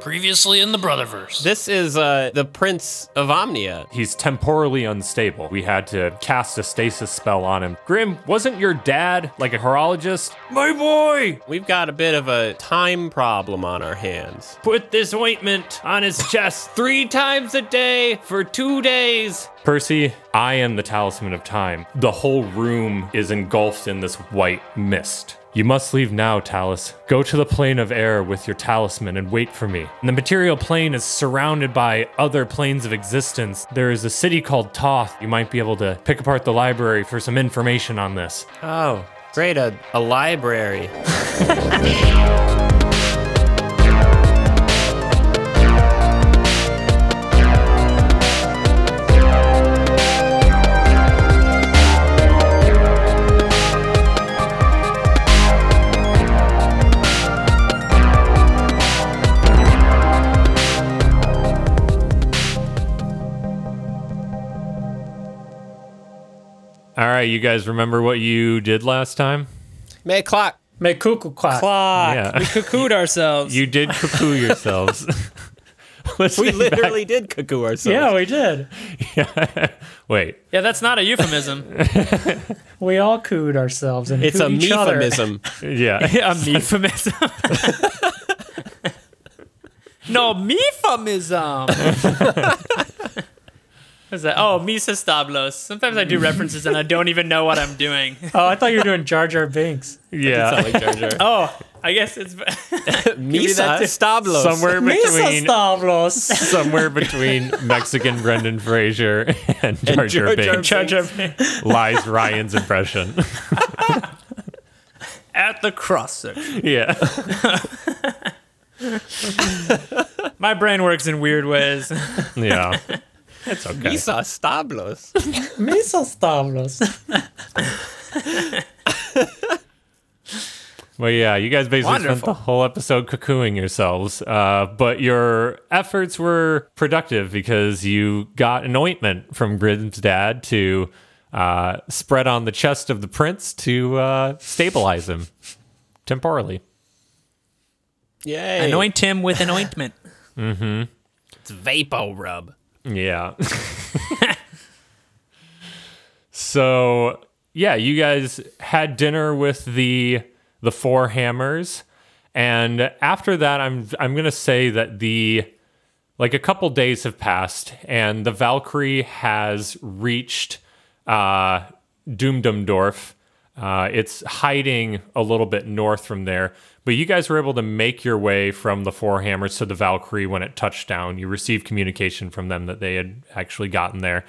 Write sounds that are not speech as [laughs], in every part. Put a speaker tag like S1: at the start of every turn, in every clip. S1: Previously in the Brotherverse.
S2: This is uh, the Prince of Omnia.
S3: He's temporally unstable. We had to cast a stasis spell on him. Grim, wasn't your dad like a horologist? My boy!
S2: We've got a bit of a time problem on our hands.
S4: Put this ointment on his chest three times a day for two days.
S3: Percy, I am the talisman of time. The whole room is engulfed in this white mist. You must leave now, Talus. Go to the plane of air with your talisman and wait for me. The material plane is surrounded by other planes of existence. There is a city called Toth. You might be able to pick apart the library for some information on this.
S2: Oh, great. A, a library.
S3: All right, you guys remember what you did last time?
S2: May clock.
S5: Make cuckoo clock.
S4: Clock.
S3: Yeah.
S4: We
S2: [laughs]
S4: cuckooed ourselves.
S3: You did cuckoo [laughs] yourselves.
S2: We
S3: Listening back-
S2: literally did cuckoo ourselves.
S5: Yeah, we did.
S3: Wait,
S4: yeah, that's not a euphemism.
S5: [laughs] We all cooed ourselves and
S2: it's a
S5: cooed each
S3: [laughs]
S5: other.
S2: euphemism.
S3: yeah.
S4: [laughs] a euphemism. [laughs] no,
S5: [laughs]
S4: euphemism. What's that? Oh, Mises Tablos. Sometimes I do references and I don't even know what I'm doing.
S5: [laughs] Oh, I thought you were doing Jar Jar Binks.
S3: Yeah.
S2: Sound like Jar Jar.
S4: Oh, I guess it's.
S5: [laughs]
S2: Misa Stablos.
S3: somewhere
S5: Misa
S3: between
S5: Stavros.
S3: somewhere between Mexican Brendan Fraser and Jar
S2: Jar
S3: Jar
S2: Jar
S3: Binks
S5: Jar Jar Binks.
S3: lies Ryan's impression.
S4: At the cross section.
S3: [laughs] yeah.
S4: My brain works in weird ways.
S3: Yeah. It's okay.
S2: [laughs] Misa Stablos.
S5: Misa Stavros.
S3: Well, yeah, you guys basically spent
S4: Wonderful.
S3: the whole episode cuckooing yourselves, uh, but your efforts were productive because you got an ointment from Grim's dad to uh, spread on the chest of the prince to uh, stabilize him temporarily.
S2: Yay.
S4: Anoint him with an ointment.
S1: It's Vapo Rub.
S3: Yeah. [laughs] so yeah, you guys had dinner with the the four hammers, and after that, I'm I'm gonna say that the like a couple days have passed, and the Valkyrie has reached uh, Doomdumdorf. Uh, it's hiding a little bit north from there, but you guys were able to make your way from the Four Hammers to the Valkyrie when it touched down. You received communication from them that they had actually gotten there.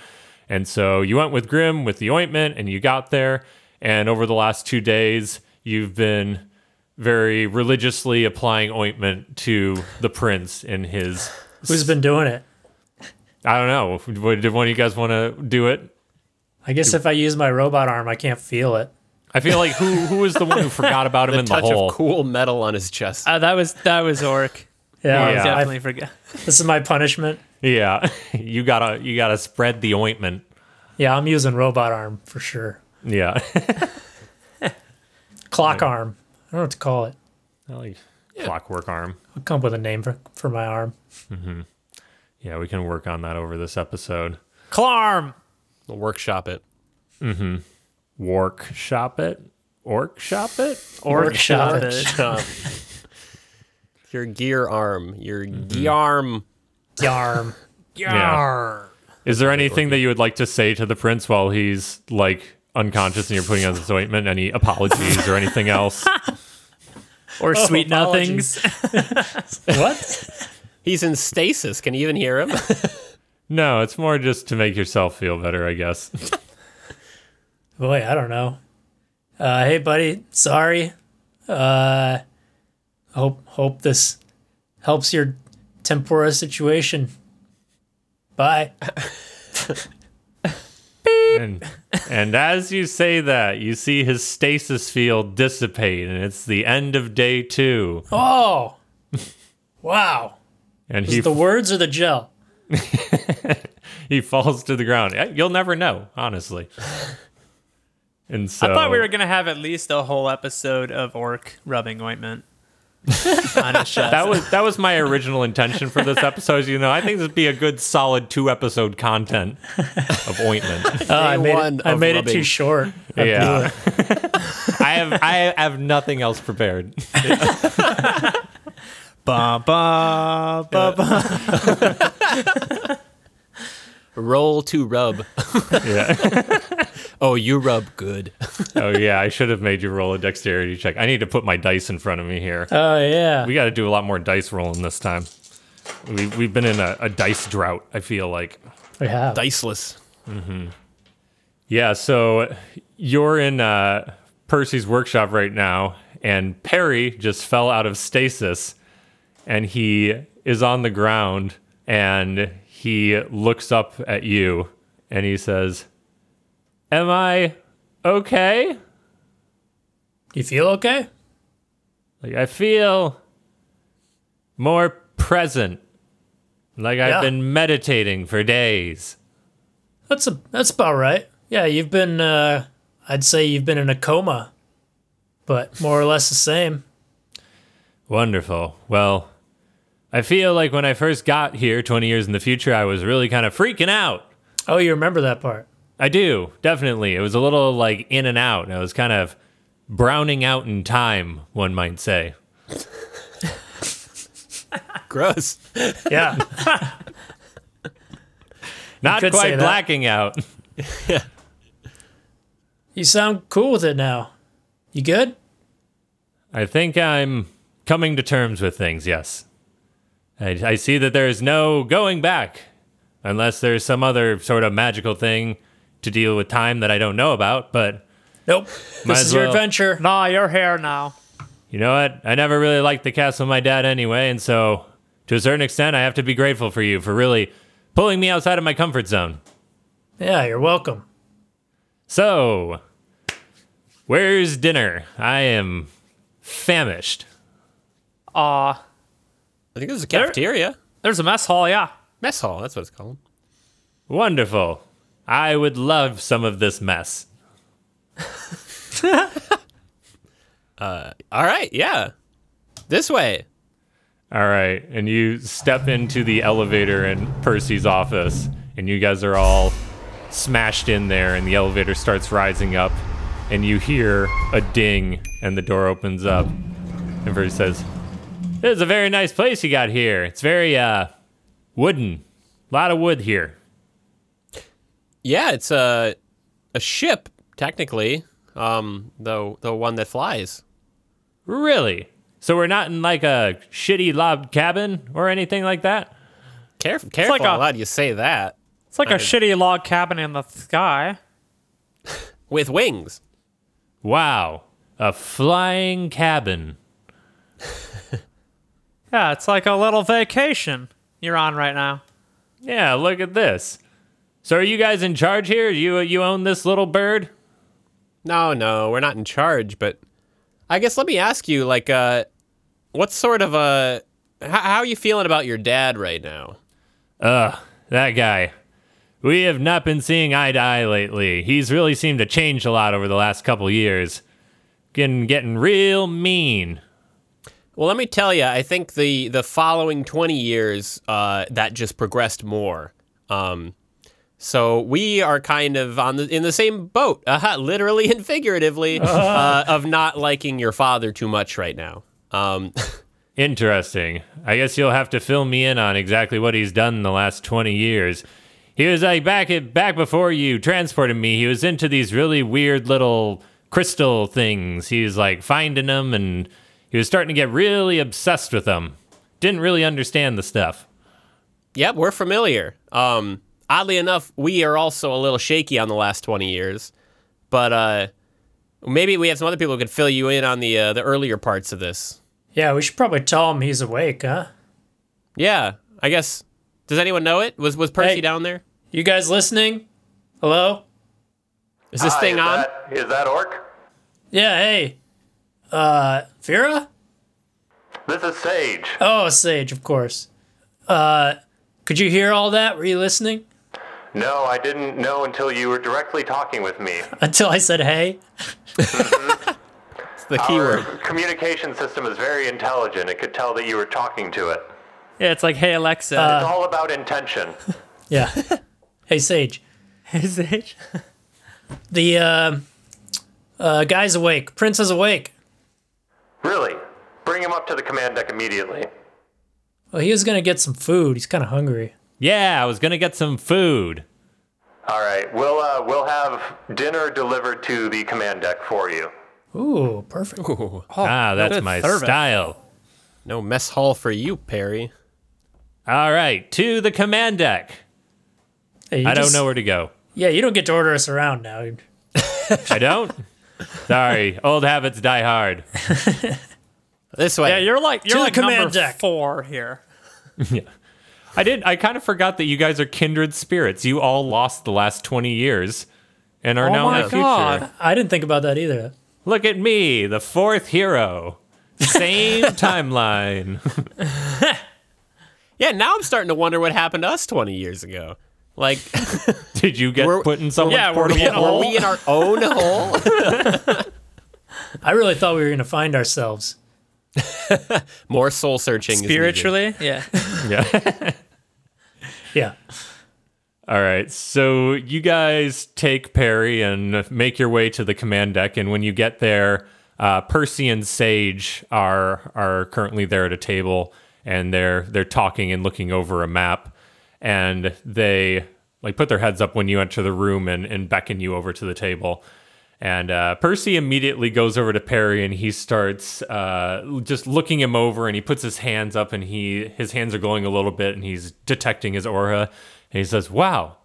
S3: And so you went with Grim with the ointment and you got there. And over the last two days, you've been very religiously applying ointment to the prince in his.
S5: [laughs] Who's been doing it?
S3: I don't know. Would- Did one of you guys want to do it?
S5: I guess if I use my robot arm, I can't feel it.
S3: I feel like who who was the [laughs] one who forgot about him in the
S2: Touch
S3: hole?
S2: of cool metal on his chest.
S4: Uh, that was that was Oric.
S5: [laughs] Yeah,
S3: Yeah.
S5: I-
S4: Definitely forget.
S5: [laughs] this is my punishment.
S3: Yeah, [laughs] you gotta you gotta spread the ointment.
S5: Yeah, I'm using robot arm for sure.
S3: Yeah, [laughs]
S5: Clock arm. I don't know what to call it.
S3: clockwork arm.
S5: I'll come up with a name for, for my arm.
S3: Yeah, we can work on that over this episode.
S4: Clarm.
S2: We'll workshop it.
S3: Work shop it, orc shop it.
S5: Workshop it.
S2: Workshop. your gear arm. Your
S3: Mm-hmm.
S2: gear arm.
S4: [laughs]
S5: [laughs] Yarm.
S3: Yeah. Is there anything that you would like to say to the prince while he's like unconscious and you're putting on this ointment? Any apologies or anything [laughs] else?
S4: Or sweet
S5: Oh, apologies.
S4: nothings.
S5: [laughs]
S4: [laughs]
S5: What?
S2: He's in stasis. Can you even hear him?
S3: No, it's more just to make yourself feel better, I guess.
S5: Boy, I don't know. Uh, hey, buddy. Sorry. Uh, hope hope this helps your tempora situation.
S2: [laughs]
S5: Bye.
S3: And, and as you say that, you see his stasis field dissipate, and it's the end of day two.
S5: Oh. Wow.
S3: And
S5: Is
S3: he,
S5: it the words or the gel?
S3: he falls to the ground. Eh, You'll never know, honestly. And so
S4: I thought we were gonna have at least a whole episode of Orc rubbing ointment.
S5: on his chest.
S3: That was that was my original intention for this episode. You know, I think this would be a good solid two episode content of ointment.
S5: Oh, I
S2: day
S5: made
S2: one
S5: it, I
S2: of
S5: made it
S2: rubbing.
S5: too short. I blew
S3: yeah. [laughs]
S5: it.
S3: I have I have nothing else prepared.
S6: Ba ba ba ba.
S2: Roll to rub.
S3: Yeah.
S2: Oh, you rub good.
S3: Oh yeah, I should have made you roll a dexterity check. I need to put my dice in front of me here.
S5: Oh yeah.
S3: We got to do a lot more dice rolling this time. We we've been in a, a dice drought. I feel like.
S5: We have.
S2: Diceless.
S3: Yeah. So you're in uh, Percy's workshop right now, and Perry just fell out of stasis, and he is on the ground, and he looks up at you, and he says, "Am I okay?
S5: You feel okay?
S3: Like I feel more present." Like I've
S5: Yeah.
S3: been meditating for days.
S5: That's a that's about right. Yeah, you've been uh I'd say you've been in a coma. But more or less the same.
S3: Wonderful. Well, I feel like when I first got here 20 years in the future, I was really kind of freaking out.
S5: Oh, you remember that part.
S3: I do, definitely. It was a little like in and out. and I was kind of browning out in time, one might say.
S2: Gross.
S3: [laughs]
S5: Yeah.
S3: Not
S5: could say
S3: quite
S5: that.
S3: blacking out.
S5: you sound cool with it now. You good?
S3: I think I'm coming to terms with things, yes. I, I see that there is no going back unless there's some other sort of magical thing to deal with time that I don't know about, but
S5: Nope.
S3: Might
S5: this
S3: as
S5: is your
S3: well.
S5: adventure.
S6: Nah, you're here now.
S3: You know what? I never really liked the castle of my dad anyway, and so to a certain extent, I have to be grateful for you for really pulling me outside of my comfort zone.
S5: Yeah, you're welcome.
S3: So, where's dinner? I am famished.
S6: Uh,
S2: I think this is a cafeteria.
S6: there's a mess hall, yeah.
S2: Mess hall, that's what it's called.
S3: Wonderful. I would love some of this mess.
S2: All right, yeah. This way.
S3: All right, and you step into the elevator in Percy's office, and you guys are all smashed in there, and the elevator starts rising up, and you hear a ding, and the door opens up, and Percy says, "This is a very nice place you got here. It's very uh, wooden, a lot of wood here.
S2: Yeah, it's a a ship technically. Um, the the one that flies.
S3: Really? So we're not in like a shitty log cabin or anything like that."
S2: Careful, careful.
S6: a-
S2: how do you say that?
S6: It's like a shitty log cabin in the sky.
S2: With wings.
S3: Wow, a flying cabin.
S6: Yeah, it's like a little vacation you're on right now.
S3: Yeah, look at this. So are you guys in charge here? You you own this little bird?
S2: No, no, we're not in charge. But I guess let me ask you, like, uh, what sort of a how, how are you feeling about your dad right now?
S3: That guy. We have not been seeing eye to eye lately. He's really seemed to change a lot over the last couple years. Getting getting real mean.
S2: Well, let me tell you, I think the the following twenty years uh, that just progressed more. Um, so we are kind of on the in the same boat, [laughs] uh, literally and figuratively, uh, of not liking your father too much right now. Um,
S3: Interesting. I guess you'll have to fill me in on exactly what he's done in the last 20 years. He was like back at, back before you transported me. He was into these really weird little crystal things. He was like finding them and he was starting to get really obsessed with them. Didn't really understand the stuff.
S2: Yep, we're familiar. Um, oddly enough, we are also a little shaky on the last 20 years, but uh, maybe we have some other people who could fill you in on the uh, the earlier parts of this.
S5: Yeah, we should probably tell him he's awake, huh?
S2: Yeah, I guess. Does anyone know it? Was was Percy
S5: Hey.
S2: down there?
S5: You guys listening? Hello?
S2: Is this thing
S7: is
S2: on?
S7: That, is that Orc?
S5: Yeah, hey. Uh, Vera?
S7: This is Sage.
S5: Oh, Sage, of course. Uh, could you hear all that? Were you listening? [laughs]
S7: No, I didn't know until you were directly talking with me.
S5: Until I said hey.
S2: the
S7: Our
S2: keyword.
S7: communication system is very intelligent. It could tell that you were talking to it.
S6: Yeah, it's like, hey Alexa,
S5: Uh.
S7: It's all about intention.
S5: Yeah. [laughs] hey Sage,
S6: is it?
S5: the uh, uh, guy's awake. Prince is awake.
S7: Really, bring him up to the command deck immediately.
S5: Well, he was gonna get some food. He's kind of hungry.
S3: Yeah, I was gonna get some food.
S7: All right, we'll uh, we'll have dinner delivered to the command deck for you.
S5: Ooh, perfect.
S3: ah, that's
S6: Oh, good
S3: my
S6: service.
S3: style.
S2: No mess hall for you, Perry.
S3: All right, to the command deck.
S5: Hey, you
S3: I don't
S5: just-
S3: know where to go.
S5: Yeah, you don't get to order us around now.
S3: I
S6: [laughs]
S3: don't. Sorry, old habits die hard.
S2: This way.
S6: Yeah, you're like you're
S5: To the
S6: like
S5: command
S6: number
S5: deck.
S6: four here.
S3: I did. I kind of forgot that you guys are kindred spirits. You all lost the last twenty years, and are now in
S6: Oh my
S3: the
S6: God.
S3: future.
S5: I didn't think about that either.
S3: Look at me, the fourth hero.
S6: [laughs]
S3: Same timeline.
S2: yeah, now I'm starting to wonder what happened to us 20 years ago. Like, [laughs]
S3: Did you get
S2: We're-
S3: put in someone's
S6: yeah, we're
S3: portable
S6: in a
S2: [laughs]
S3: hole?
S2: were we in our own hole?
S5: I really thought we were gonna find ourselves.
S2: More soul searching. is needed.
S6: Spiritually, yeah.
S3: Yeah.
S5: [laughs] Yeah.
S3: All right. So you guys take Perry and make your way to the command deck, and when you get there, uh, Percy and Sage are are currently there at a table, and they're they're talking and looking over a map, and they like put their heads up when you enter the room and and beckon you over to the table. And uh, Percy immediately goes over to Perry and he starts uh, l- just looking him over and he puts his hands up and he his hands are glowing a little bit and he's detecting his aura and he says, "Wow,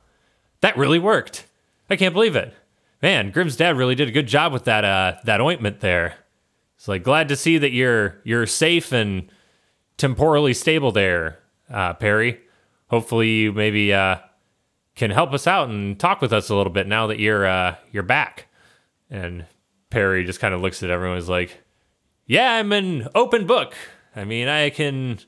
S3: that really worked! I can't believe it, man. Grimm's dad really did a good job with that uh, that ointment there. It's like glad to see that you're you're safe and temporally stable there, uh, Perry. Hopefully you maybe uh, can help us out and talk with us a little bit now that you're uh, you're back." And Perry just kind of looks at everyone and is like, Yeah, I'm an open book. I mean, I can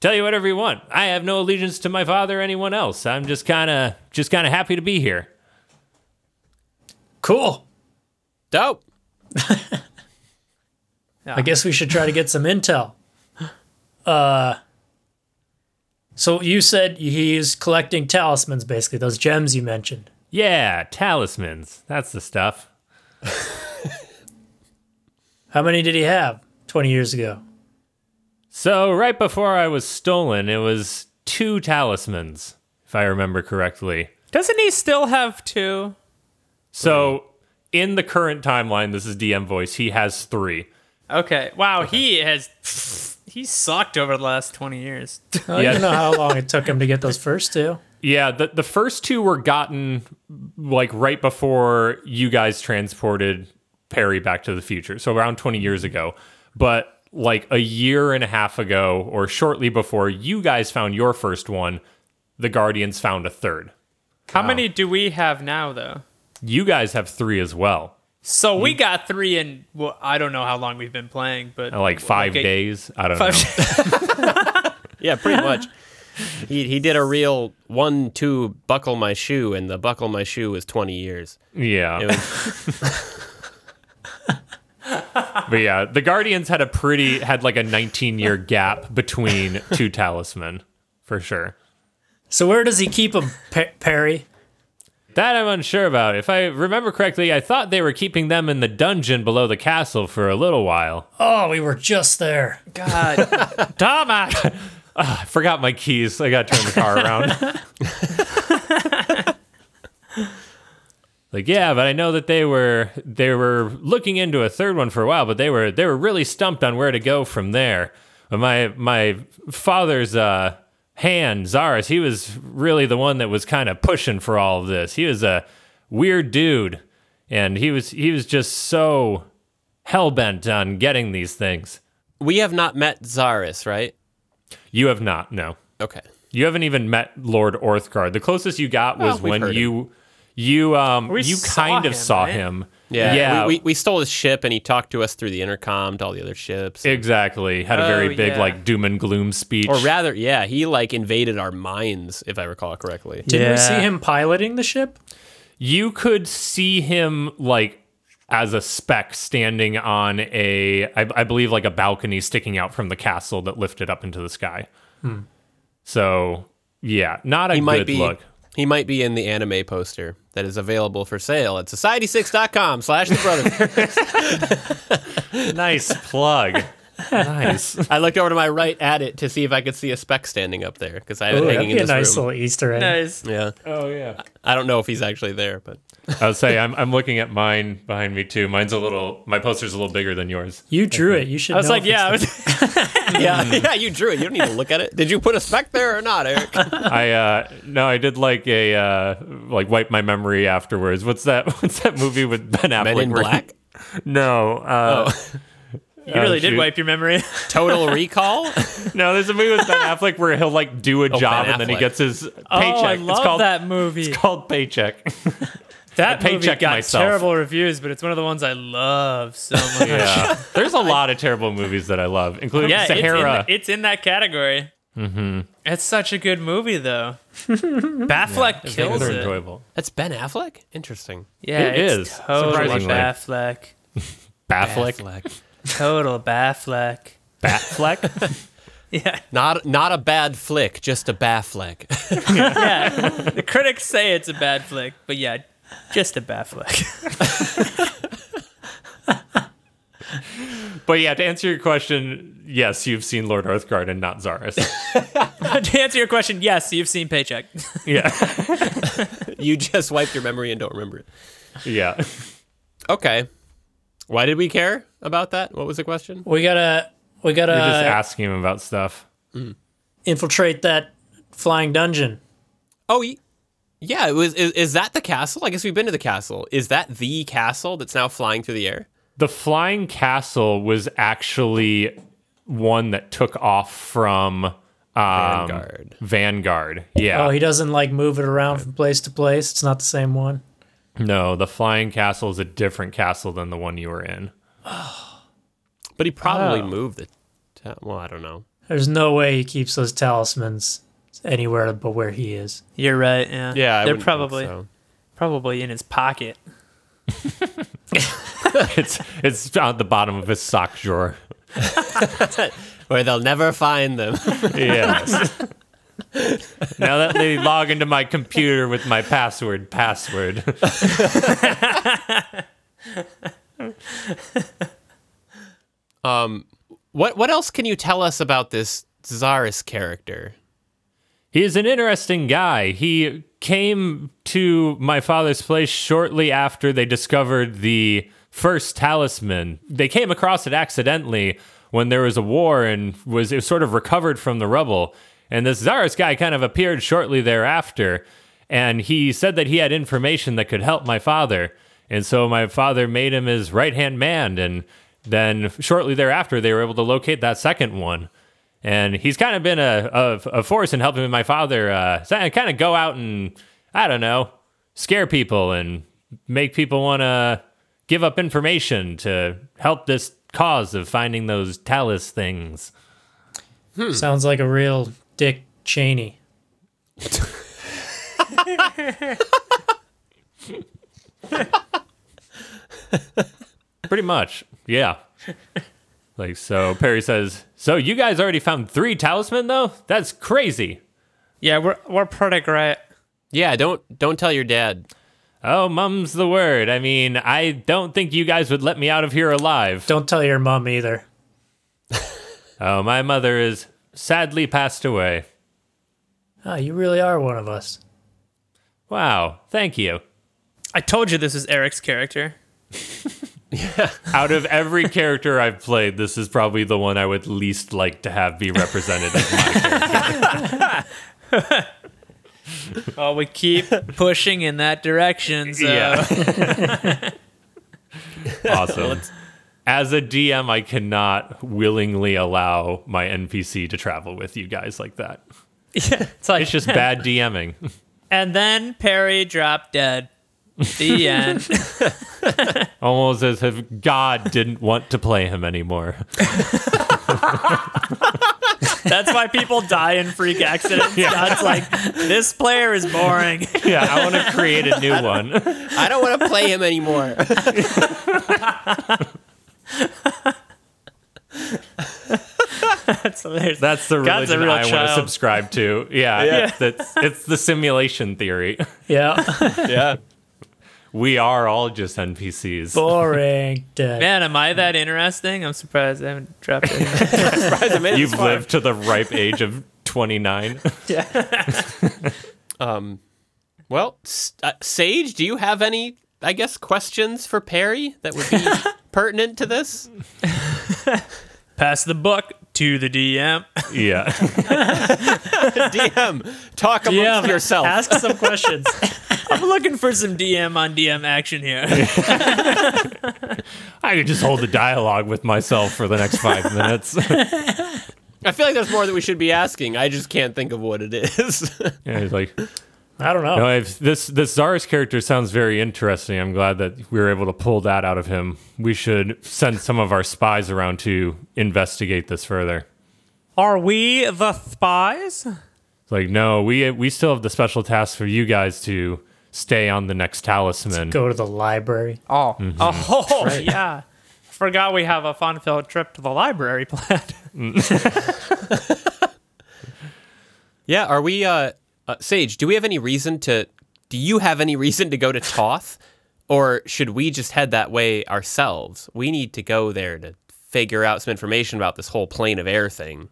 S3: tell you whatever you want. I have no allegiance to my father or anyone else. I'm just kind of just kind of happy to be here.
S5: Cool.
S2: Dope.
S5: I guess we should try to get some intel. [laughs] Uh. So you said he's collecting talismans, basically those gems you mentioned.
S3: Yeah, talismans. That's the stuff.
S5: How many did he have 20 years ago?
S3: So, right before I was stolen, it was two talismans, if I remember correctly.
S6: Doesn't he still have two?
S3: So, in the current timeline, this is DM voice, he has 3.
S6: Okay. Wow, he has he sucked over the last twenty years.
S5: I
S3: Yeah.
S5: don't Oh, know how long it took him to get those first two.
S3: Yeah, the, the first two were gotten like right before you guys transported Perry back to the future. So around 20 years ago. But like a year and a half ago, or shortly before you guys found your first one, the Guardians found a third.
S6: How many do we have now though?
S3: You guys have three as well,
S6: So we got three in well, I don't know how long we've been playing, but
S3: Oh, like five
S6: Okay. [laughs]
S3: days. I don't know.
S6: Five-
S2: Yeah, pretty much. he, he did a real one, two, buckle my shoe, and the buckle my shoe was 20 years.
S3: Yeah.
S2: It was
S3: [laughs] But yeah, the Guardians had a pretty had like a 19 year gap between two talisman for sure.
S5: [laughs] So where does he keep them, Pe- Perry?
S3: That I'm unsure about. If I remember correctly, I thought they were keeping them in the dungeon below the castle for a little while.
S5: Oh, we were just there.
S6: God.
S3: Dumbass! Ah, I forgot my keys. I got to turn the car around. like, yeah, but I know that they were they were looking into a third one for a while, but they were they were really stumped on where to go from there. But my my father's uh hand, Zaris, he was really the one that was kind of pushing for all of this. He was a weird dude, and he was he was just so hell bent on getting these things.
S2: We have not met Zaris, right?
S3: You have not, no.
S2: Okay.
S3: You haven't even met Lord Orthgard. The closest you got
S2: Well,
S3: was
S2: we've
S3: when
S2: heard
S3: you you um
S6: We
S3: you
S6: saw
S3: kind of
S6: him,
S3: saw
S6: right?
S3: him.
S2: Yeah.
S3: yeah,
S2: We, we, we stole his ship, and he talked to us through the intercom to all the other ships.
S3: exactly. Had a very
S6: Oh,
S3: big
S6: yeah.
S3: like doom and gloom speech.
S2: or rather, yeah, he like invaded our minds, if I recall correctly.
S5: Didn't we
S6: Yeah.
S5: see him piloting the ship?
S3: you could see him like as a speck standing on a, I, I believe, like a balcony sticking out from the castle that lifted up into the sky. So yeah, not a
S2: He
S3: good
S2: might be.
S3: look.
S2: He might be in the anime poster that is available for sale at society6.com slash the brother.
S3: Nice plug. [laughs] nice.
S2: I looked over to my right at it to see if I could see a speck standing up there because I had it
S5: Ooh, that'd
S2: hanging in
S5: be a
S2: this
S5: nice
S2: room.
S5: little Easter egg.
S6: Nice.
S2: Yeah,
S3: Oh yeah.
S2: I don't know if he's actually there, but [laughs]
S3: I would say I'm I'm looking at mine behind me too. Mine's a little my poster's a little bigger than yours.
S5: You drew it. You should.
S6: I was like, yeah, I [laughs] was-
S2: yeah,
S5: Hmm.
S2: yeah, you drew it. You don't need to look at it. Did you put a speck there or not,
S3: [laughs]
S2: Eric?
S3: I uh no, I did like a uh like wipe my memory afterwards. What's that [laughs] what's that movie with Ben Affleck?
S2: Men in
S3: where he-
S2: Black,
S3: No. Uh
S6: Oh.
S3: [laughs] oh,
S6: you really did
S3: shoot.
S6: wipe your [laughs] memory.
S2: Total Recall.
S3: [laughs] no, there's a movie with Ben Affleck where he'll like do a job and then he
S2: Affleck.
S3: gets his paycheck.
S6: oh, I
S3: it's
S6: love
S3: called
S6: that
S3: [laughs]
S6: movie.
S3: called paycheck.
S6: that
S3: I
S6: movie
S3: paychecked
S6: got
S3: myself.
S6: terrible reviews, but it's one of the ones I love
S3: [laughs]
S6: so much.
S3: yeah. There's
S6: [laughs]
S3: a lot of terrible movies that I love, including
S6: Yeah, it's in-
S3: Sahara.
S6: It's in, that category. Mm-hmm. It's such a good movie, though. Batfleck kills
S3: Those are
S6: it.
S3: enjoyable.
S2: That's Ben Affleck. Interesting.
S6: Yeah,
S3: It
S6: it's
S3: is,
S6: Total
S3: surprisingly.
S6: Batfleck.
S3: Baffleck.
S6: Total Batfleck. [laughs]
S3: Batfleck.
S6: Yeah,
S2: Not not a bad flick, just a Baffleck.
S6: yeah. the critics say it's a bad flick, but yeah, just a bad flick. [laughs]
S3: but yeah, to answer your question, yes, you've seen Lord Earthguard and not
S5: [laughs]
S3: Zaris.
S6: to answer your question, yes, you've seen Paycheck. [laughs]
S3: yeah.
S2: [laughs] you just wiped your memory and don't remember it.
S3: Yeah. [laughs]
S2: Okay. Why did we care about that? What was the question?
S5: [laughs] we gotta, we gotta
S3: You're just asking him about stuff.
S5: infiltrate that flying dungeon.
S2: Oh, y- yeah. It was. Is, is that the castle? I guess we've been to the castle. Is that the castle that's now flying through the air?
S3: The flying castle was actually one that took off from um,
S2: Vanguard.
S3: Vanguard. Yeah.
S5: Oh, he doesn't like move it around from place to place. It's not the same one.
S3: no, the flying castle is a different castle than the one you were in. [laughs]
S2: But he probably moved the. Ta- well, I don't know.
S5: There's no way he keeps those talismans anywhere but where he is.
S6: You're right. Yeah.
S2: Yeah, I
S6: they're
S2: wouldn't think
S6: probably
S2: so.
S6: probably in his pocket.
S3: It's it's at the bottom of his sock
S5: [laughs]
S3: drawer.
S2: Where they'll never find them. [laughs]
S3: Yes. now let me log into my computer with my password. Password. [laughs]
S2: what What else can you tell us about this Zaris character?
S3: He is an interesting guy. He came to my father's place shortly after they discovered the first talisman. They came across it accidentally when there was a war and was it was sort of recovered from the rubble. And this Zaris guy kind of appeared shortly thereafter, and he said that he had information that could help my father. And so my father made him his right hand man, and then shortly thereafter they were able to locate that second one and he's kind of been a, a, a force in helping my father uh, si- kind of go out and I don't know scare people and make people want to give up information to help this cause of finding those talus things.
S6: Hmm.
S5: Sounds like a real Dick Cheney.
S3: Pretty much, yeah. like so, Perry says. So you guys already found three talisman though? That's crazy.
S6: Yeah, we're we're product right.
S2: Yeah, don't don't tell your dad.
S3: Oh, mum's the word. I mean, I don't think you guys would let me out of here alive.
S5: Don't tell your mom either.
S3: Oh, my mother is sadly passed away.
S5: Oh, you really are one of us.
S3: Wow, thank you.
S6: I told you this is Eric's character.
S3: Out of every character I've played, this is probably the one I would least like to have be represented. as
S6: [laughs]
S3: my character.
S6: Oh, we keep pushing in that direction. So.
S3: Yeah.
S6: [laughs]
S3: awesome. As a DM, I cannot willingly allow my NPC to travel with you guys like that.
S6: It's like,
S3: It's just
S6: [laughs]
S3: bad DMing.
S6: and then Perry dropped dead. [laughs] The end.
S3: Almost as if God didn't want to play him anymore.
S6: [laughs] That's why people die in
S3: [laughs]
S6: freak accidents. God's like, this player is boring. [laughs]
S3: Yeah, I want to create a new one.
S2: I don't want to play him anymore.
S6: That's hilarious.
S3: That's the
S6: God's
S3: religion
S6: a real
S3: I want to
S6: child.
S3: subscribe
S6: [laughs]
S3: to. Yeah, That's, it's the simulation theory.
S6: [laughs]
S5: Yeah.
S2: [laughs] yeah.
S3: We are all just NPCs.
S5: Boring. Dead.
S6: Man, am I that interesting? I'm surprised I haven't dropped [laughs] it.
S3: You've lived to the ripe age of
S6: [laughs]
S3: 29.
S2: Well, S- uh, Sage, do you have any, I guess, questions for Perry that would [laughs] be pertinent to this?
S6: Pass the buck to the [laughs] DM.
S3: Yeah.
S2: DM, talk amongst
S5: Yeah,
S2: yourself.
S5: Ask some
S6: [laughs]
S5: questions.
S6: I'm looking for some DM on DM action [laughs] here.
S3: I could just hold the dialogue with myself for the next five minutes. [laughs]
S2: I feel like there's more that we should be asking. I just can't think of what it is. [laughs]
S3: yeah, he's like,
S5: I don't know.
S3: no, I've, this this Zara's character sounds very interesting. I'm glad that we were able to pull that out of him. We should send some of our spies around to investigate this further.
S6: Are we the spies?
S3: It's like, no, we we still have the special task for you guys to stay on the next talisman.
S5: Go to the library.
S6: Oh, oh, yeah. Forgot we have a fun-filled trip to the library [laughs] planned.
S2: yeah, are we, uh, uh, Sage, do we have any reason to, do you have any reason to go to Toth? Or should we just head that way ourselves? We need to go there to figure out some information about this whole plane of air thing.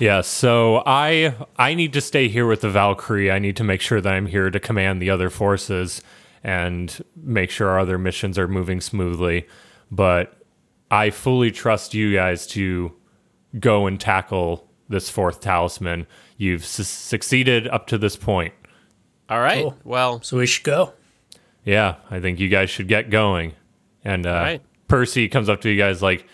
S3: Yeah, so I I need to stay here with the Valkyrie. I need to make sure that I'm here to command the other forces and make sure our other missions are moving smoothly. But I fully trust you guys to go and tackle this fourth talisman. You've su- succeeded up to this point.
S2: All right.
S5: Cool.
S2: Well,
S5: So we should go.
S3: Yeah, I think you guys should get going. And uh,
S2: right.
S3: Percy comes up to you guys like,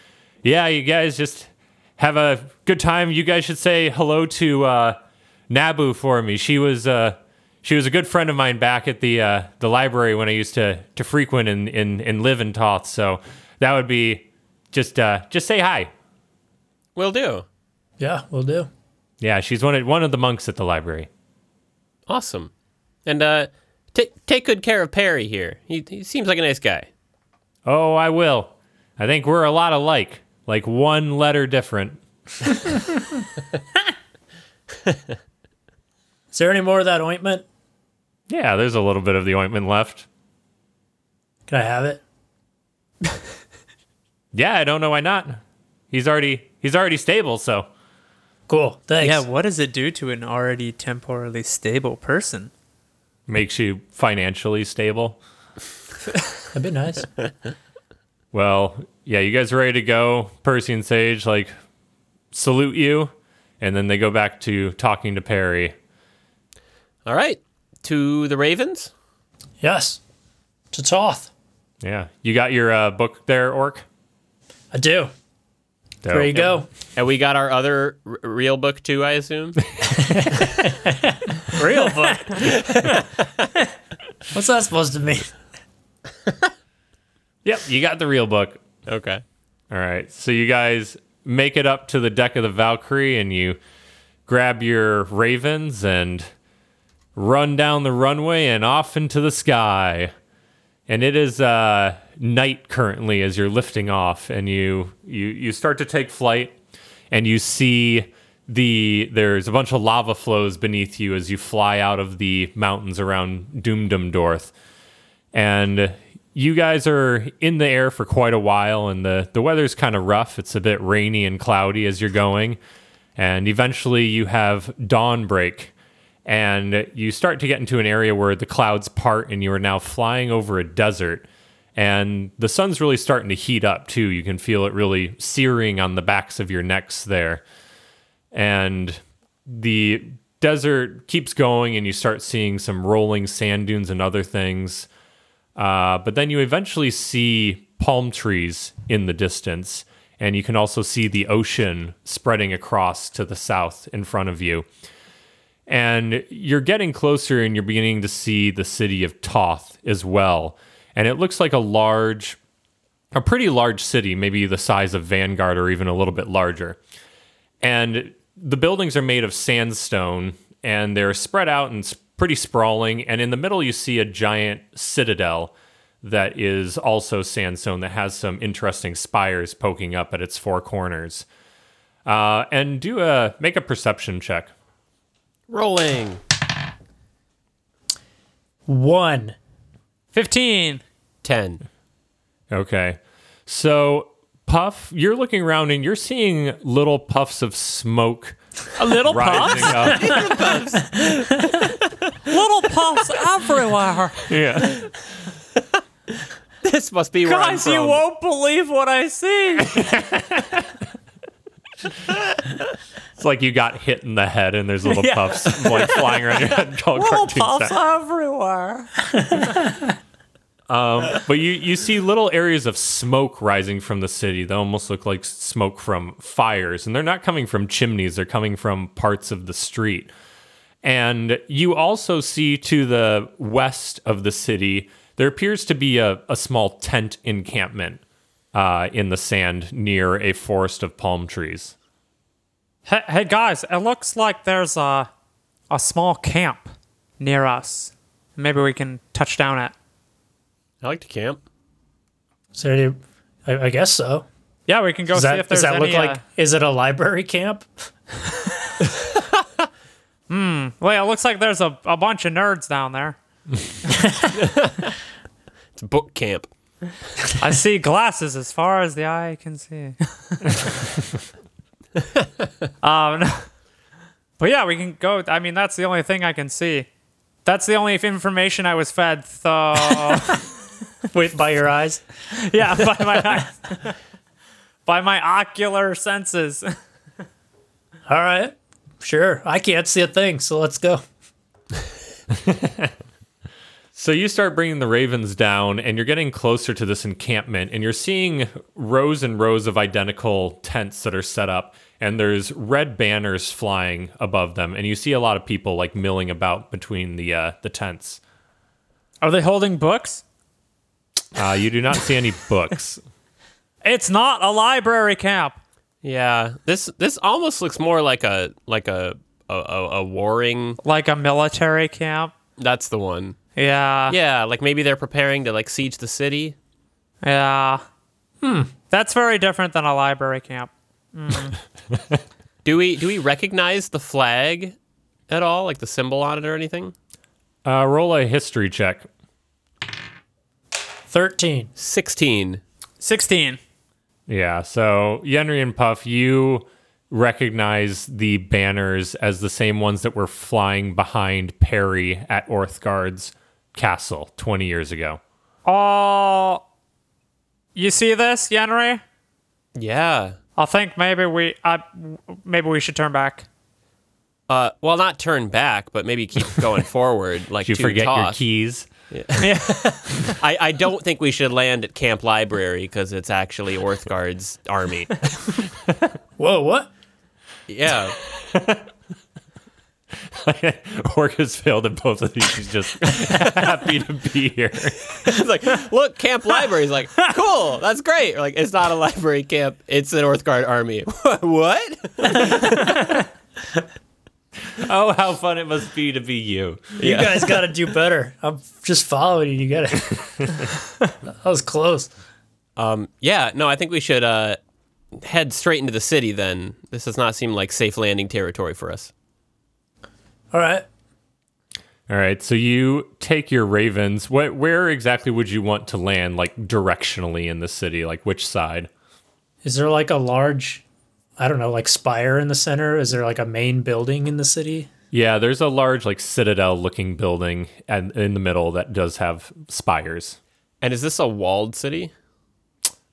S3: "Yeah, you guys just have a good time. You guys should say hello to uh, Nabu for me. She was uh, she was a good friend of mine back at the uh, the library when I used to to frequent and and, and live in Toth. So that would be just uh, just say hi.
S2: we'll do.
S5: Yeah, we'll do.
S3: Yeah, she's one of one of the monks at the library.
S2: Awesome. And uh, t- take good care of Perry here. He, he seems like a nice guy.
S3: Oh, I will. I think we're a lot alike, like one letter different.
S5: Is there any more of that ointment?
S3: Yeah, there's a little bit of the ointment left.
S5: Can I have it?
S3: Yeah, I don't know why not. He's already he's already stable, so
S5: Cool. Thanks.
S6: Yeah, what does it do to an already temporally stable person?
S3: makes you financially stable.
S5: That'd be
S6: [laughs]
S5: nice.
S3: Well, yeah, you guys ready to go? Percy and Sage like salute you, and then they go back to talking to Perry.
S2: All right. To the Ravens.
S5: yes. To Toth.
S3: Yeah, you got your uh, book there, Orc.
S5: I do. There
S6: Oh,
S5: you go.
S2: And we got our other r- real book too, I [laughs] assume.
S5: Real book. What's that supposed to mean?
S3: Yep, you got the real book.
S2: okay.
S3: All right. So you guys make it up to the deck of the Valkyrie and you grab your ravens and run down the runway and off into the sky. And it is uh, night currently as you're lifting off and you, you you start to take flight and you see the there's a bunch of lava flows beneath you as you fly out of the mountains around Doomdumdorth and you guys are in the air for quite a while and the, the weather's kind of rough it's a bit rainy and cloudy as you're going and eventually you have dawn break and you start to get into an area where the clouds part and you are now flying over a desert and the sun's really starting to heat up too you can feel it really searing on the backs of your necks there and the desert keeps going and you start seeing some rolling sand dunes and other things uh, but then you eventually see palm trees in the distance, and you can also see the ocean spreading across to the south in front of you. And you're getting closer, and you're beginning to see the city of Toth as well. And it looks like a large, a pretty large city, maybe the size of Vanguard or even a little bit larger. And the buildings are made of sandstone and they're spread out and s- pretty sprawling. And in the middle, you see a giant citadel that is also sandstone that has some interesting spires poking up at its four corners. Uh, and do a make a perception check.
S2: Rolling.
S5: One.
S6: 15.
S2: 10.
S3: Okay. So, Puff, you're looking around and you're seeing little puffs of smoke
S6: A little puffs?
S3: rising
S6: [laughs]
S3: up.
S6: Little puffs everywhere.
S3: Yeah.
S2: This must be where I'm
S6: [laughs] Guys, you
S2: from.
S6: won't believe what
S5: [laughs]
S6: I see.
S3: It's like you got hit in the head and there's little
S6: [laughs]
S3: puffs like flying around your head called
S6: Little
S3: cartoon
S6: puffs
S3: style.
S6: everywhere.
S3: But you, you see little areas of smoke rising from the city. They almost look like smoke from fires. And they're not coming from chimneys, they're coming from parts of the street. And you also see to the west of the city, there appears to be a, a small tent encampment uh, in the sand near a forest of palm trees.
S6: Hey, hey guys, it looks like there's a a small camp near us. Maybe we can touch down at.
S2: I like to camp.
S5: So you- I, I guess so.
S6: Yeah, we can go
S5: Does
S6: see
S5: that,
S6: if there's
S5: does that
S6: any.
S5: look like?
S6: uh,
S5: Is it a library camp? [laughs]
S6: well, it looks like there's a, a bunch of nerds down there.
S2: It's book camp.
S6: I see glasses as far as the eye can see. [laughs] um, but yeah, we can go. I mean, that's the only thing I can see. That's the only information I was fed. So
S5: Wait, by your eyes.
S6: [laughs] yeah, [laughs] by my eyes, by my ocular senses.
S5: All right, sure. I can't see a thing, so let's go.
S3: So you start bringing the ravens down, and you're getting closer to this encampment, and you're seeing rows and rows of identical tents that are set up, and there's red banners flying above them, and you see a lot of people like milling about between the uh, the tents.
S6: Are they holding books?
S3: Uh, you do not see any [laughs] books.
S6: It's not a library camp.
S2: Yeah. This this almost looks more like a like a a, a, a warring.
S6: Like a military camp.
S2: That's the one.
S6: Yeah.
S2: Yeah, like maybe they're preparing to like siege the city.
S6: Yeah. Hmm. That's very different than a library camp.
S2: Do we do we recognize the flag at all? Like the symbol on it or anything?
S3: Uh, roll a history check.
S5: Thirteen.
S2: 16.
S6: 16.
S3: Yeah. So Yenri and Puff, you recognize the banners as the same ones that were flying behind Perry at Orthgard's castle 20 years ago.
S6: Oh. You see this, Yenri?
S2: Yeah.
S6: I think maybe we I maybe we should turn back.
S2: Uh, well, not turn back, but maybe [laughs] keep going forward. Like
S3: Do you
S2: two
S3: forget your
S2: toss.
S3: keys? [laughs]
S2: I, I don't think we should land at Camp Library because it's actually Orthgard's [laughs] army.
S5: Whoa, what?
S2: Yeah.
S3: Orc has failed at both of these. He's just [laughs] happy to be here.
S2: It's like, look, Camp Library's [laughs] like, cool, that's great. We're like, it's not a library camp, it's an Orthgard army. what?
S3: Oh, how fun it must be to be you.
S5: You guys got to do better. I'm just following you. You got it. that was close.
S2: [laughs] Yeah, no, I think we should uh, head straight into the city then. This does not seem like safe landing territory for us.
S5: All right.
S3: All right. So you take your ravens. Where, where exactly would you want to land, like directionally in the city? Like which side?
S5: Is there like a large, I don't know, like spire in the center? Is there like a main building in the city?
S3: Yeah, there's a large like citadel looking building and in the middle that does have spires.
S2: And is this a walled city?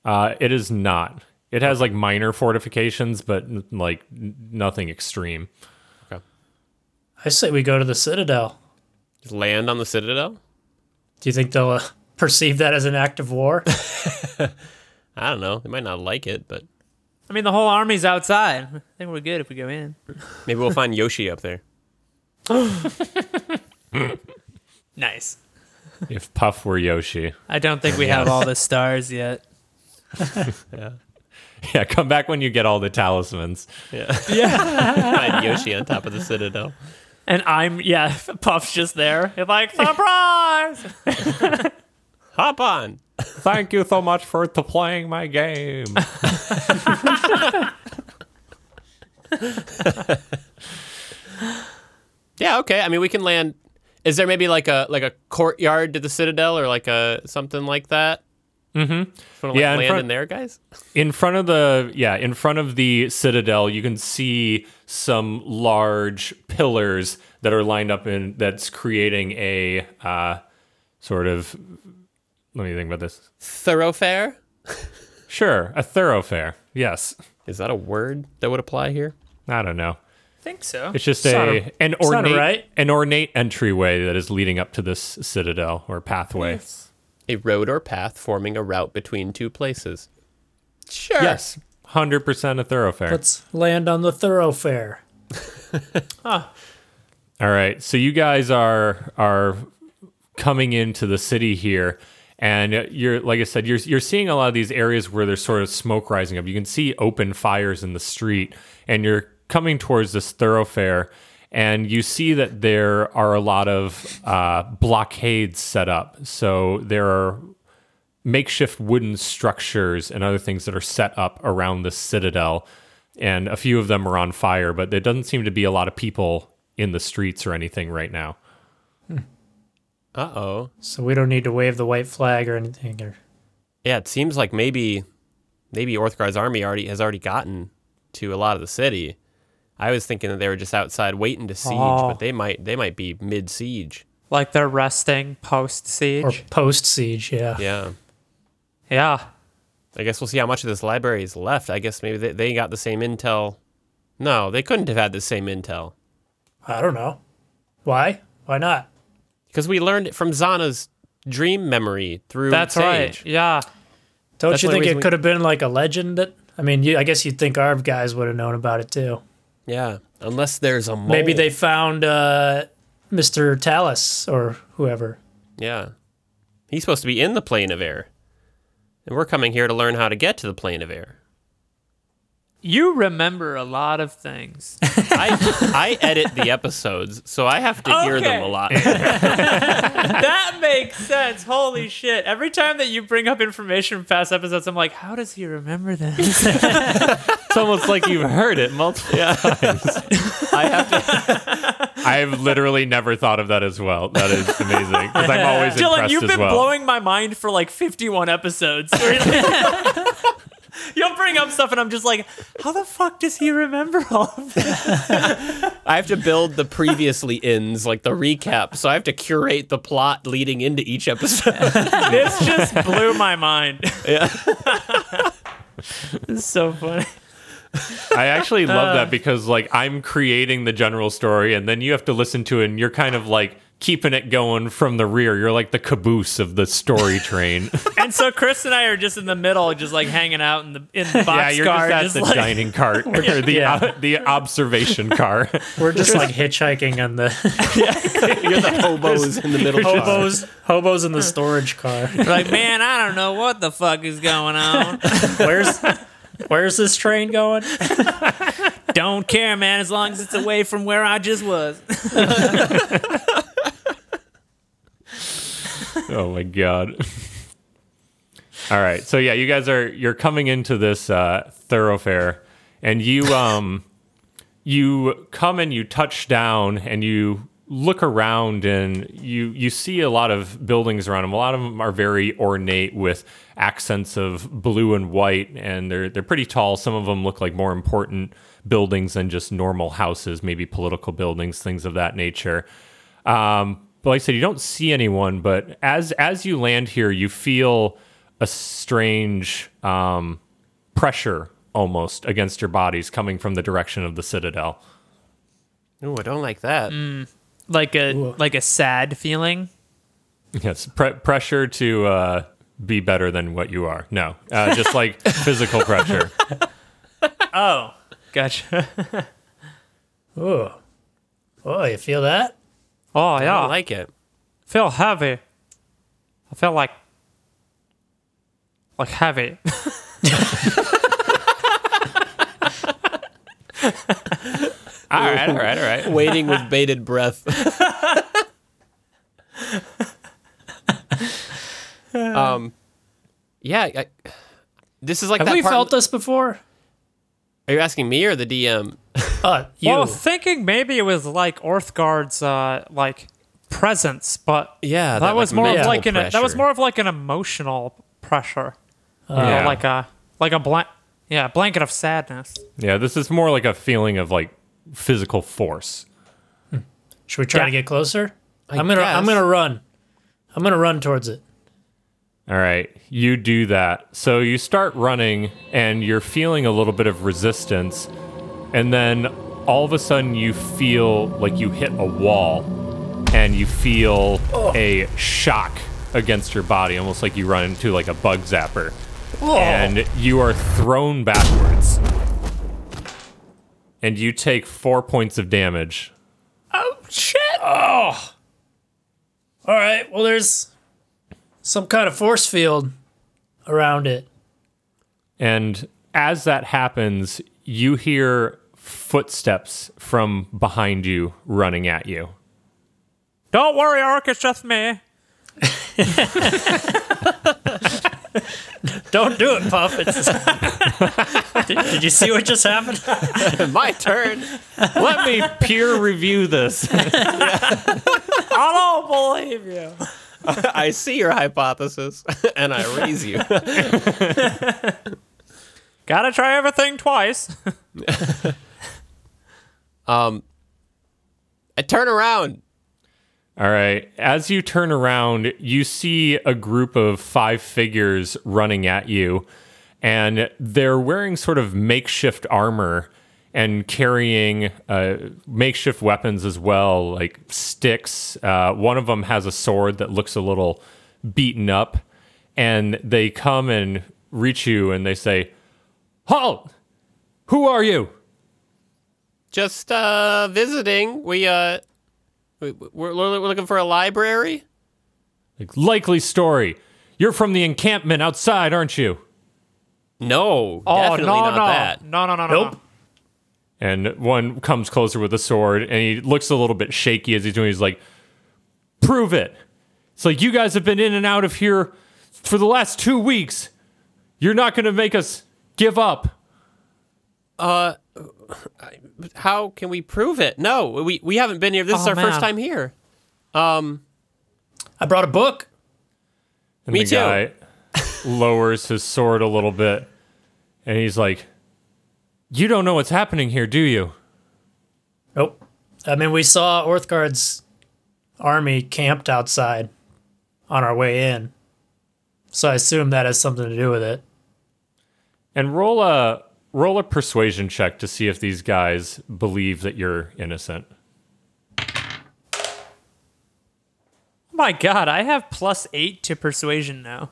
S3: Uh, it is not. It has like minor fortifications, but n- like n- nothing extreme.
S5: I say we go to the Citadel.
S2: Just land on the citadel?
S5: Do you think they'll uh, [laughs] perceive that as an act of war?
S2: I don't know. They might not like it, but
S6: I mean the whole army's outside. I think we're good if we go in.
S2: maybe we'll find Yoshi up [laughs] there.
S6: Nice.
S3: If Puff were Yoshi,
S6: I don't think we have all the stars yet.
S3: [laughs] Yeah, come back when you get all the talismans.
S2: Find Yoshi on top of the citadel.
S6: [laughs] And I'm yeah, [laughs] Puff's just there. It's like [laughs] surprise.
S2: Hop on.
S3: Thank you so much for to playing my
S5: [laughs]
S3: game.
S2: Yeah, okay. I mean, we can land. Is there maybe like a like a courtyard to the citadel or like a something like that? Mm-hmm.
S3: Yeah, in
S2: land
S3: front-
S2: in there, guys.
S3: In front of the yeah, in front of the citadel, you can see some large pillars that are lined up in that's creating a uh, sort of. Let me think about this.
S2: Thoroughfare.
S3: Sure, a thoroughfare. Yes,
S2: Is that a word that would apply here?
S3: I don't know.
S6: I think so.
S3: It's just
S5: not
S3: a,
S5: a-
S3: an
S5: not
S3: ornate
S5: right.
S3: an ornate entryway that is leading up to this citadel or pathway. Yes,
S2: A road or path forming a route between two places. Sure.
S3: hundred percent a thoroughfare.
S5: Let's land on the thoroughfare.
S3: All right. So you guys are are coming into the city here and you're like I said you're you're seeing a lot of these areas where there's sort of smoke rising up. You can see open fires in the street and you're coming towards this thoroughfare and you see that there are a lot of uh, blockades set up. So there are makeshift wooden structures and other things that are set up around the citadel. And a few of them are on fire, but there doesn't seem to be a lot of people in the streets or anything right now.
S2: Uh oh.
S5: So we don't need to wave the white flag or anything. Or
S2: Yeah, it seems like maybe maybe Orthgar's army already has already gotten to a lot of the city. I was thinking that they were just outside waiting to siege,
S6: Oh.
S2: but they might they might be mid siege.
S6: Like they're resting post
S5: or
S6: siege.
S5: post siege, yeah.
S2: Yeah.
S6: Yeah.
S2: I guess we'll see how much of this library is left. I guess maybe they, they got the same intel. No, they couldn't have had the same intel
S5: I don't know. Why? Why not?
S2: because we learned it from Zana's dream memory through
S6: That's
S2: Sage.
S6: right. Yeah.
S5: Don't
S2: That's
S5: you
S2: the only
S5: think it
S2: reason we-
S5: could have been like a legend that? I mean, you, I guess you'd think our guys would have known about it too.
S2: Yeah, unless there's a mole.
S5: Maybe they found uh, Mr. Talus or whoever.
S2: Yeah, he's supposed to be in the plane of air, and we're coming here to learn how to get to the plane of air.
S6: You remember a lot of things.
S2: I [laughs] I edit the episodes, so I have to hear them a
S3: [laughs]
S6: Okay.
S2: lot.
S6: [laughs] that makes sense. Holy shit. Every time that you bring up information from past episodes, I'm like, how does he remember this?
S3: It's almost like you've heard it multiple times. I have
S6: [laughs]
S3: I've literally never thought of that as well. That is amazing. 'cause I'm always
S6: [laughs] Dylan,
S3: impressed
S6: you've
S3: as
S6: been
S3: well.
S6: blowing my mind for like 51 episodes. [laughs] You'll bring up stuff, and I'm just like, how the fuck does he remember all
S3: [laughs]
S6: of this?
S2: I have to build the previously ins, like the recap. So I have to curate the plot leading into each episode.
S6: this just blew my mind. Yeah. [laughs] it's so funny.
S3: I actually love
S6: Uh.
S3: that because like I'm creating the general story and then you have to listen to it and you're kind of like keeping it going from the rear. You're like the caboose of the story
S6: [laughs]
S3: train.
S6: And so Chris and I are just in the middle, just like hanging out in the in
S3: [laughs]
S6: the
S3: yeah,
S6: box
S3: you're
S6: car,
S3: just at the
S6: like,
S3: dining
S6: [laughs]
S3: cart or the the observation car.
S5: We're just like hitchhiking on the
S2: [laughs]
S5: [laughs]
S2: You're the hobos in the [laughs] middle. car.
S5: hobos, hobos in the storage car.
S6: like, man, I don't know what the fuck is going on.
S5: [laughs] Where's where's this train going?
S6: don't care, man, as long as it's away from where I just was. [laughs]
S3: [laughs] oh my god all right so yeah you guys are you're coming into this uh, thoroughfare and you um you come and you touch down and you look around and you you see a lot of buildings around them a lot of them are very ornate with accents of blue and white and they're they're pretty tall some of them look like more important buildings than just normal houses maybe political buildings things of that nature um, but like I said, you don't see anyone. But as as you land here, you feel a strange um, pressure almost against your bodies coming from the direction of the citadel.
S2: Ooh, I don't like that.
S6: Like a like a sad feeling.
S3: Yes, pre- pressure to uh, be better than what you are. No, uh, just
S6: [laughs]
S3: like physical pressure.
S6: Gotcha.
S5: Ooh. Oh, you feel that?
S6: Oh yeah,
S2: I
S6: I
S2: don't like it.
S6: feel heavy. [laughs] I feel like like heavy.
S3: All right, all right, all right.
S2: waiting with bated breath. um, yeah, I, this is like
S5: Have
S2: that
S5: we
S2: part-
S5: felt this before?
S2: Are you asking me or the DM?
S5: Uh, you.
S6: Well, thinking maybe it was like Orthgard's uh, like presence, but
S2: Yeah,
S6: that,
S2: that,
S6: was
S2: like,
S6: more of
S2: mental
S6: like an that was
S2: pressure.
S6: more of like an emotional pressure, You know,
S3: Yeah.
S6: like a like a blank yeah blanket of sadness.
S3: Yeah, this is more like a feeling of like physical force.
S5: Should we try
S6: Yeah.
S5: to get closer? I am gonna. I'm
S2: guess.
S5: gonna run. I'm gonna run towards it.
S3: All right, you do that. So you start running and you're feeling a little bit of resistance. And then all of a sudden you feel like you hit a wall and you feel a shock against your body, almost like you run into like a bug zapper. And you are thrown backwards. And you take four points of damage.
S5: Oh. All right. Well, there's some kind of force field around it.
S3: And as that happens, you hear footsteps from behind you running at you.
S6: Don't worry, Orc, it's just me. [laughs]
S5: Don't do it, Puff. It's... did, did you see what just happened?
S2: My turn.
S3: Let me peer review this.
S6: I don't believe you.
S2: [laughs] I see your hypothesis, [laughs] and I raise you.
S6: Gotta try everything twice.
S2: I turn around.
S3: All right. As you turn around, you see a group of five figures running at you, and they're wearing sort of makeshift armor and carrying uh, makeshift weapons as well, like sticks. Uh, one of them has a sword that looks a little beaten up, and they come and reach you and they say, Halt! Who are you?
S2: Just uh, visiting. We uh, we, we're, we're looking for a library.
S3: Like, likely story. You're from the encampment outside, aren't you?
S2: No,
S6: Oh
S2: definitely
S6: no,
S2: not
S6: no.
S2: that.
S6: no, no, no, no,
S5: Nope.
S3: And one comes closer with a sword, and he looks a little bit shaky as he's doing. He's like, "Prove it!" It's like you guys have been in and out of here for the last two weeks. You're not going to make us give up.
S2: How can we prove it? No, we we haven't been here. This is
S6: Oh,
S2: our first
S6: man.
S2: time here.
S5: I brought a book.
S3: And
S2: Me
S3: the
S2: too.
S3: guy [laughs] lowers his sword a little bit, and he's like, "You don't know what's happening here, do you?"
S5: Nope. I mean, we saw Orthgard's army camped outside on our way in, so I assume that has something to do with it.
S3: And roll a roll a persuasion check to see if these guys believe that you're innocent.
S6: My God, I have plus eight to persuasion now.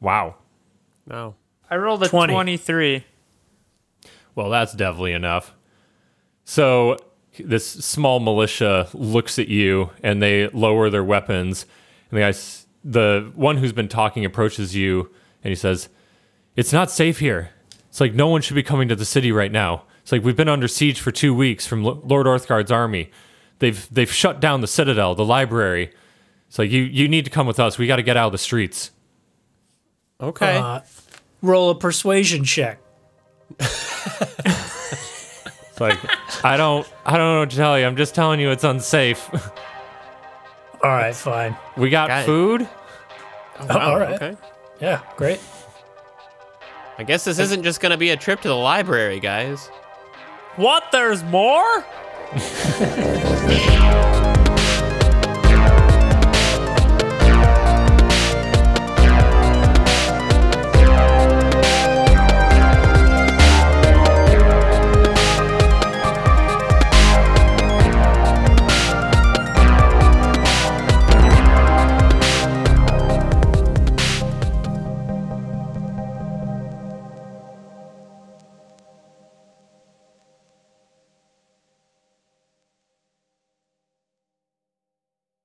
S3: Wow.
S2: No.
S6: I rolled a
S5: 20.
S6: twenty-three.
S3: Well, that's definitely enough. So this small militia looks at you and they lower their weapons. And the guy, s- the one who's been talking, approaches you and he says, "It's not safe here. It's like no one should be coming to the city right now. It's like we've been under siege for two weeks from L- Lord Orthgard's army. They've they've shut down the citadel, the library. It's like you you need to come with us. We got to get out of the streets."
S2: Okay.
S5: [laughs] Uh, roll a persuasion check.
S2: [laughs]
S3: It's like I don't I don't know what to tell you. I'm just telling you it's unsafe. [laughs]
S5: All right, fine.
S3: We got,
S2: Got it.
S3: food.
S5: All right.
S2: Okay.
S5: Yeah, great.
S2: I guess this isn't just going to be a trip to the library, guys.
S6: What? There's more?